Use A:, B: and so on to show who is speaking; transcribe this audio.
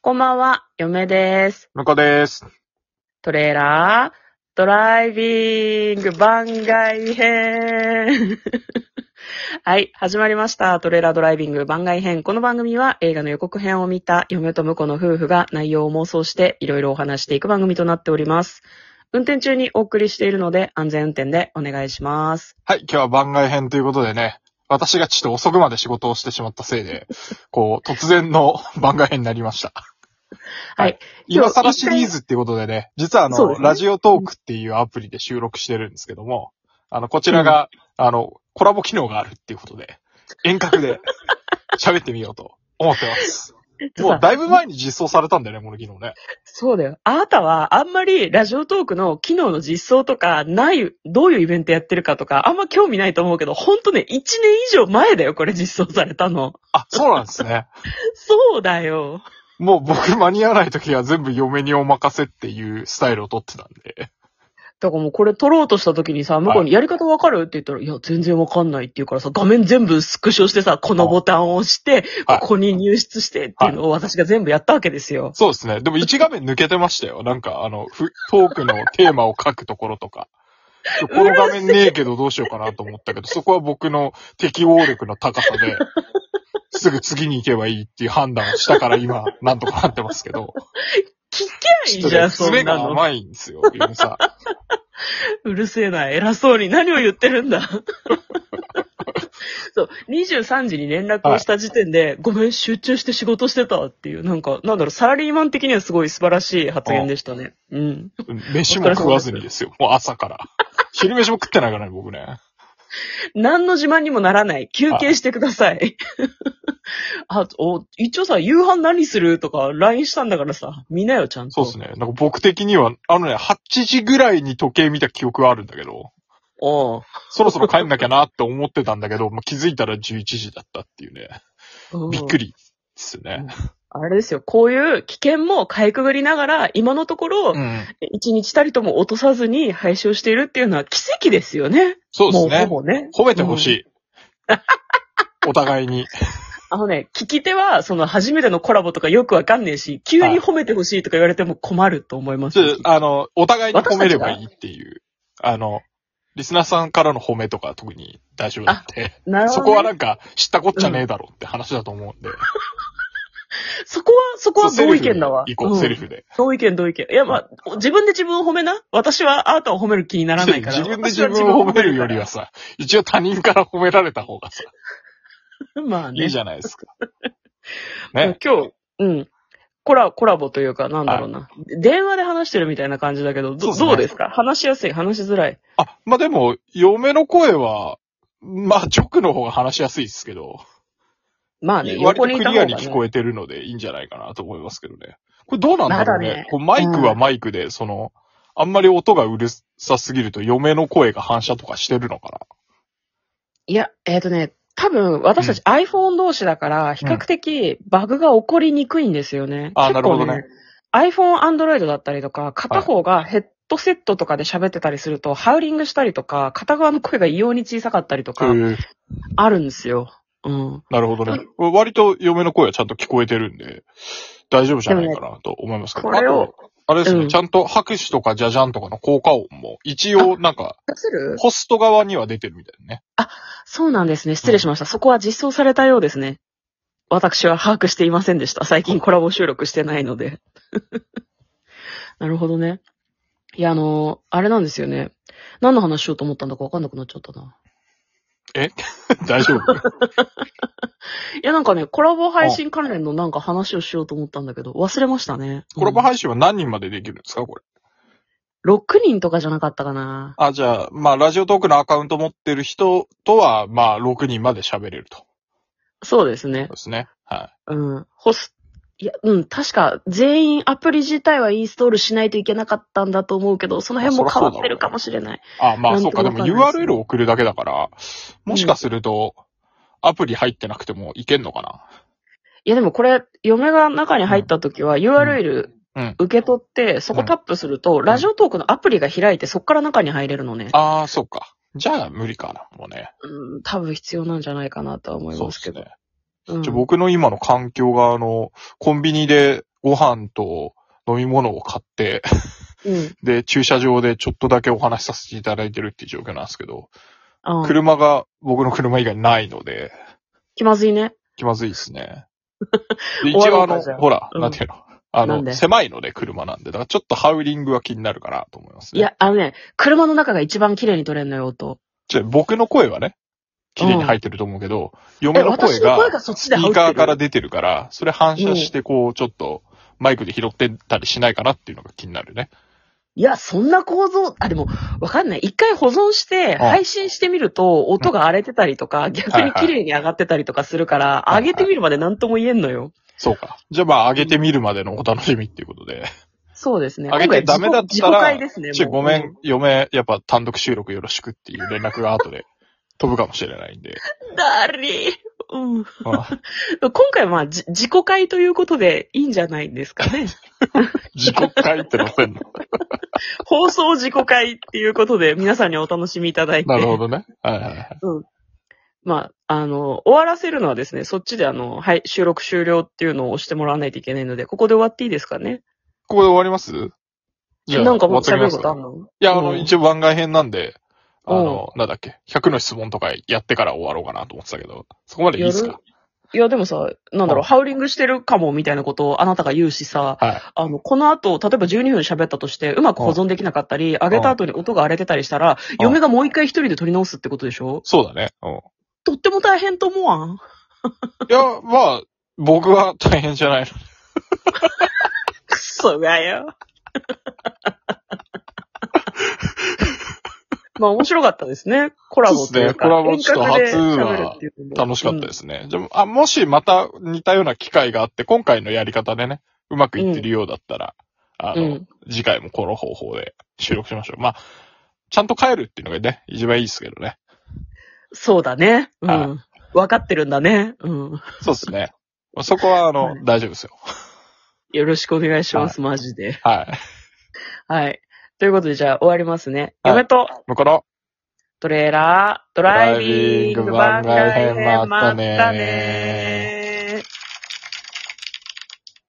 A: こんばんは、嫁です。
B: 向こうです。
A: トレーラー、ドライビング番外編。 はい、始まりました。トレーラードライビング番外編。この番組は映画の予告編を見た嫁と婿の夫婦が内容を妄想していろいろお話していく番組となっております。運転中にお送りしているので安全運転でお願いします。
B: はい、今日は番外編ということでね、私がちょっと遅くまで仕事をしてしまったせ いで、こう、突然の番外編になりました。
A: はい。
B: 今更シリーズっていうことでね、実はあ
A: そう
B: の、
A: ですね
B: ラジオトークっていうアプリで収録してるんですけども、あの、こちらが、あの、コラボ機能があるっていうことで、遠 隔で喋ってみようと思ってます。
A: えっとさ
B: もうだいぶ前に実装されたんだよね、この機能ね。
A: そうだよ。あなたはあんまりラジオトークの機能の実装とか、ない、どういうイベントやってるかとか、あんま興味ないと思うけど、ほんとね、1年以上前だよ、これ実装されたの。
B: あ、そうなんですね。
A: そうだよ。
B: もう僕間に合わない時は全部嫁にお任せっていうスタイルを取ってたんで。
A: だからもうこれ撮ろうとした時にさ、向こうにやり方わかるって言ったら、いや、全然わかんないって言うからさ、画面全部スクショしてさ、このボタンを押して、
B: は
A: こ
B: い
A: こに入室してっていうのを私が全部やったわけですよ。
B: そうですね。でも1画面抜けてましたよ。なんかあの、ふトークのテーマを書くところとか。この画面ねえけどどうしようかなと思ったけど、そこは僕の適応力の高さで、すぐ次に行けばいいっていう判断をしたから今、なんとかなってますけど。
A: 聞けない
B: ちょ
A: じ
B: っと
A: ゃ
B: ね
A: ん、そ
B: 詰
A: ん
B: め
A: な
B: が
A: の。
B: 甘いんですよ、嫁さん。
A: うるせえな、偉そうに何を言ってるんだ。 そう、23時に連絡をした時点で、ごめん、集中して仕事してたっていう、なんか、なんだろう、サラリーマン的にはすごい素晴らしい発言でしたね。うん。
B: 飯も食わずにですよ、もう朝から。昼飯も食ってないからね、僕ね。
A: 何の自慢にもならない。休憩してください。 あ、お、一応さ、夕飯何するとか LINE したんだからさ、見なよ、ちゃんと。
B: そうですね。なんか僕的には、あのね、8時ぐらいに時計見た記憶はあるんだけど、
A: おう
B: そろそろ帰んなきゃなって思ってたんだけど、まあ、気づいたら11時だったっていうね。
A: うん。
B: びっくりですね。
A: あれですよ、こういう危険もかいくぐりながら、今のところ、
B: うん。
A: 一日たりとも落とさずに配信をしているっていうのは奇跡ですよね。
B: そうですね
A: も。うほぼね。
B: 褒めてほしい。お互いに。
A: あのね、聞き手は、その初めてのコラボとかよくわかんねえし、急に褒めてほしいとか言われても困ると思います。
B: ちょあの、お互いに褒めればいいっていう。あの、リスナーさんからの褒めとか特に大丈夫だって。
A: なるほどね、
B: そこはなんか、知ったこっちゃねえだろって話だと思うんで。
A: そこは、そこは
B: そう
A: 同意見だわ。
B: セリフで行こう、
A: ん
B: セリフで。
A: 同意見、同意見。いや、まあ、自分で自分を褒めな。私はあなたを褒める気にならないから。
B: 自分で自分を褒めるよりはさ、一応他人から褒められた方が
A: 私は自分を褒め
B: さ、
A: るから。 まあね。
B: いいじゃないですか。
A: 今
B: ね。
A: 日、うん。コラ、コラボというか、なんだろうな。電話で話してるみたいな感じだけど、
B: そう
A: ど
B: ですね
A: どうですか話しやすい、話しづらい。
B: あ、まあ、でも、嫁の声は、まあ、直の方が話しやすいですけど、
A: まあね、
B: 割
A: 横
B: とク
A: にいた方
B: リ
A: が、
B: ア
A: ね。
B: に聞こえてるのでいいんじゃないかなと思いますけどね。これどうなんだろうね。
A: まだね
B: こうマイクはマイクで、その、あんまり音がうるさすぎると嫁の声が反射とかしてるのか
A: いや、えっ、とね、多分私たち iPhone 同士だから、比較的バグが起こりにくいんですよね。
B: あー
A: 結構
B: なるほどね。
A: iPhone、Android だったりとか、片方がヘッドセットとかで喋ってたりすると、ハウリングしたりとか、片側の声が異様に小さかったりとか、
B: な。
A: あるんですよ。うん。
B: なるほどね。割と嫁の声はちゃんと聞こえてるんで、大丈夫じゃないかなと思いますけど。
A: これ
B: あ
A: を
B: と、あれですね、
A: うん
B: ちゃんと拍手とかジャジャンとかの効果音も、一応なんか、
A: する
B: ホスト側には出てるみたいなね。
A: そうなんですね。失礼しました。そこは実装されたようですね。私は把握していませんでした。最近コラボ収録してないので。 なるほどね。いや、あのあれなんですよね。何の話しようと思ったんだかわかんなくなっちゃったな。
B: 大丈夫。
A: いや、なんかね、コラボ配信関連のなんか話をしようと思ったんだけど、忘れましたね。
B: コラボ
A: 配
B: 配信は何人までできるんですかこれ。
A: 6人とかじゃなかったかな。
B: あ、じゃあ、まあ、ラジオトークのアカウント持ってる人とは、まあ、6人まで喋れると。
A: そうですね
B: そう。ですね。は
A: うん。ホス、いや、うん、確か全員アプリ自体はインストールしないといけなかったんだと思うけど、その辺も変わってるかもしれない。
B: い。あ、ま
A: な
B: あ、
A: ん
B: そ
A: と
B: うか。で
A: なく
B: も
A: わかんないです
B: URL 送るだけだから、もしかすると、アプリ入ってなくてもいけんのかな、
A: いやでもこれ、嫁が中に入った時は URL
B: うん
A: 受け取って、そこタップすると、ラジオトークのアプリが開いて、そこから中に入れるのね。
B: ああ、そうか。じゃあ、無理かな。もうね。
A: うん、多分必要なんじゃないかなとは思い
B: そう
A: ま
B: です
A: け
B: す
A: ど。
B: ね。
A: うん
B: じゃあ僕の今の環境が、あの、コンビニでご飯と飲み物を買って、
A: うん。
B: で、駐車場でちょっとだけお話しさせていただいてるっていう状況なんですけど、
A: あー
B: 車が僕の車以外ないので、
A: 気まずいね。
B: 気まずいですね。 で
A: 終
B: 一応
A: わ
B: あ
A: ろうか
B: の
A: じゃあ、
B: ほら、
A: うん
B: なんていうのあ
A: なん
B: の、
A: で
B: 狭いので車なんで、だからちょっとハウリングは気になるかなと思いますね。
A: い、や、あのね、車の中が一番綺麗に撮れるのよ、音。
B: じゃあ僕の声はね、綺麗に入ってると思うけど、
A: え、
B: 嫁の
A: 私
B: 声
A: の声
B: が、
A: がそっち
B: ス
A: で
B: ピ
A: 入って
B: ーカ
A: る
B: ーから出てるから、それ反射してこう、ちょっと、マイクで拾ってたりしないかなっていうのが気になるね。
A: いや、そんな構造、あ、でも、わかんない。一回保存して、
B: ん
A: 配信してみると、音が荒れてたりとか、逆に綺麗に上がってたりとかするから、
B: はいはい
A: 上げてみるまで何とも言えんのよ。
B: そうか。じゃあまあ、上げてみるまでのお楽しみっていうことで。
A: そうですね。
B: 上げてダメだったら
A: 今回自己自己解ですね。
B: ちょ、
A: もう
B: ごめん。、嫁、やっぱ単独収録よろしくっていう連絡が後で 飛ぶかもしれないんで。
A: だりーうん。
B: ま
A: 今
B: あ
A: 回はまあ、じ自己解ということでいいんじゃないですか ね。
B: 自己回ってのせんの。
A: 放送自己解っていうことで、皆さんにお楽しみいただいて。
B: なるほどね。はいはいはい。
A: まあ、あの、終わらせるのはですね、そっちであの、はい、収録終了っていうのを押してもらわないといけないので、ここで終わっていいですかね。
B: ここで終わりますじゃあ、
A: なんかもう
B: 終
A: 喋
B: わ
A: る
B: っと
A: こ
B: き
A: とあ
B: ま
A: ん
B: すか
A: の
B: いや、あ
A: う
B: の、
A: ん
B: 一応番外編なんで、あの、なんだっけ、100の質問とかやってから終わろうかなと思ってたけど、そこまでいいですか
A: いや、でもさ、なんだろう、
B: うん
A: ハウリングしてるかもみたいなことをあなたが言うしさ、
B: はい。
A: あの、この後、例えば12分喋ったとして、うまく保存できなかったり、上げた後に音が荒れてたりしたら、
B: ん
A: 嫁がもう一回一人で取り直すってことでしょ
B: そうだね。 うん。
A: とっても大変と思わん
B: いや、まあ、僕は大変じゃないの。
A: クソがよ。 まあ面白かったですね。コラボというか。
B: そうですねコラボちょっと
A: 遠隔で喋るっていうのも
B: 楽しかったですね。じゃああ、もしまた似たような機会があって、今回のやり方でね、うまくいってるようだったら、あ
A: う
B: の、
A: ん。
B: 次回もこの方法で収録しましょう。まあ、ちゃんと帰るっていうのがね、一番いいですけどね。
A: そうだね。う
B: は
A: ん。わかってるんだね。うん。
B: そうですね。まあそこは、あの、
A: はい
B: 大丈夫ですよ。
A: よろしくお願いします、マジで。
B: はい。
A: はい。ということで、じゃあ終わりますね。
B: はい
A: 嫁と
B: 向こうの
A: トレーラー、ドライビング番外編、
B: ドライビン
A: ま
B: グ番外編ま
A: った
B: った
A: ね
B: ね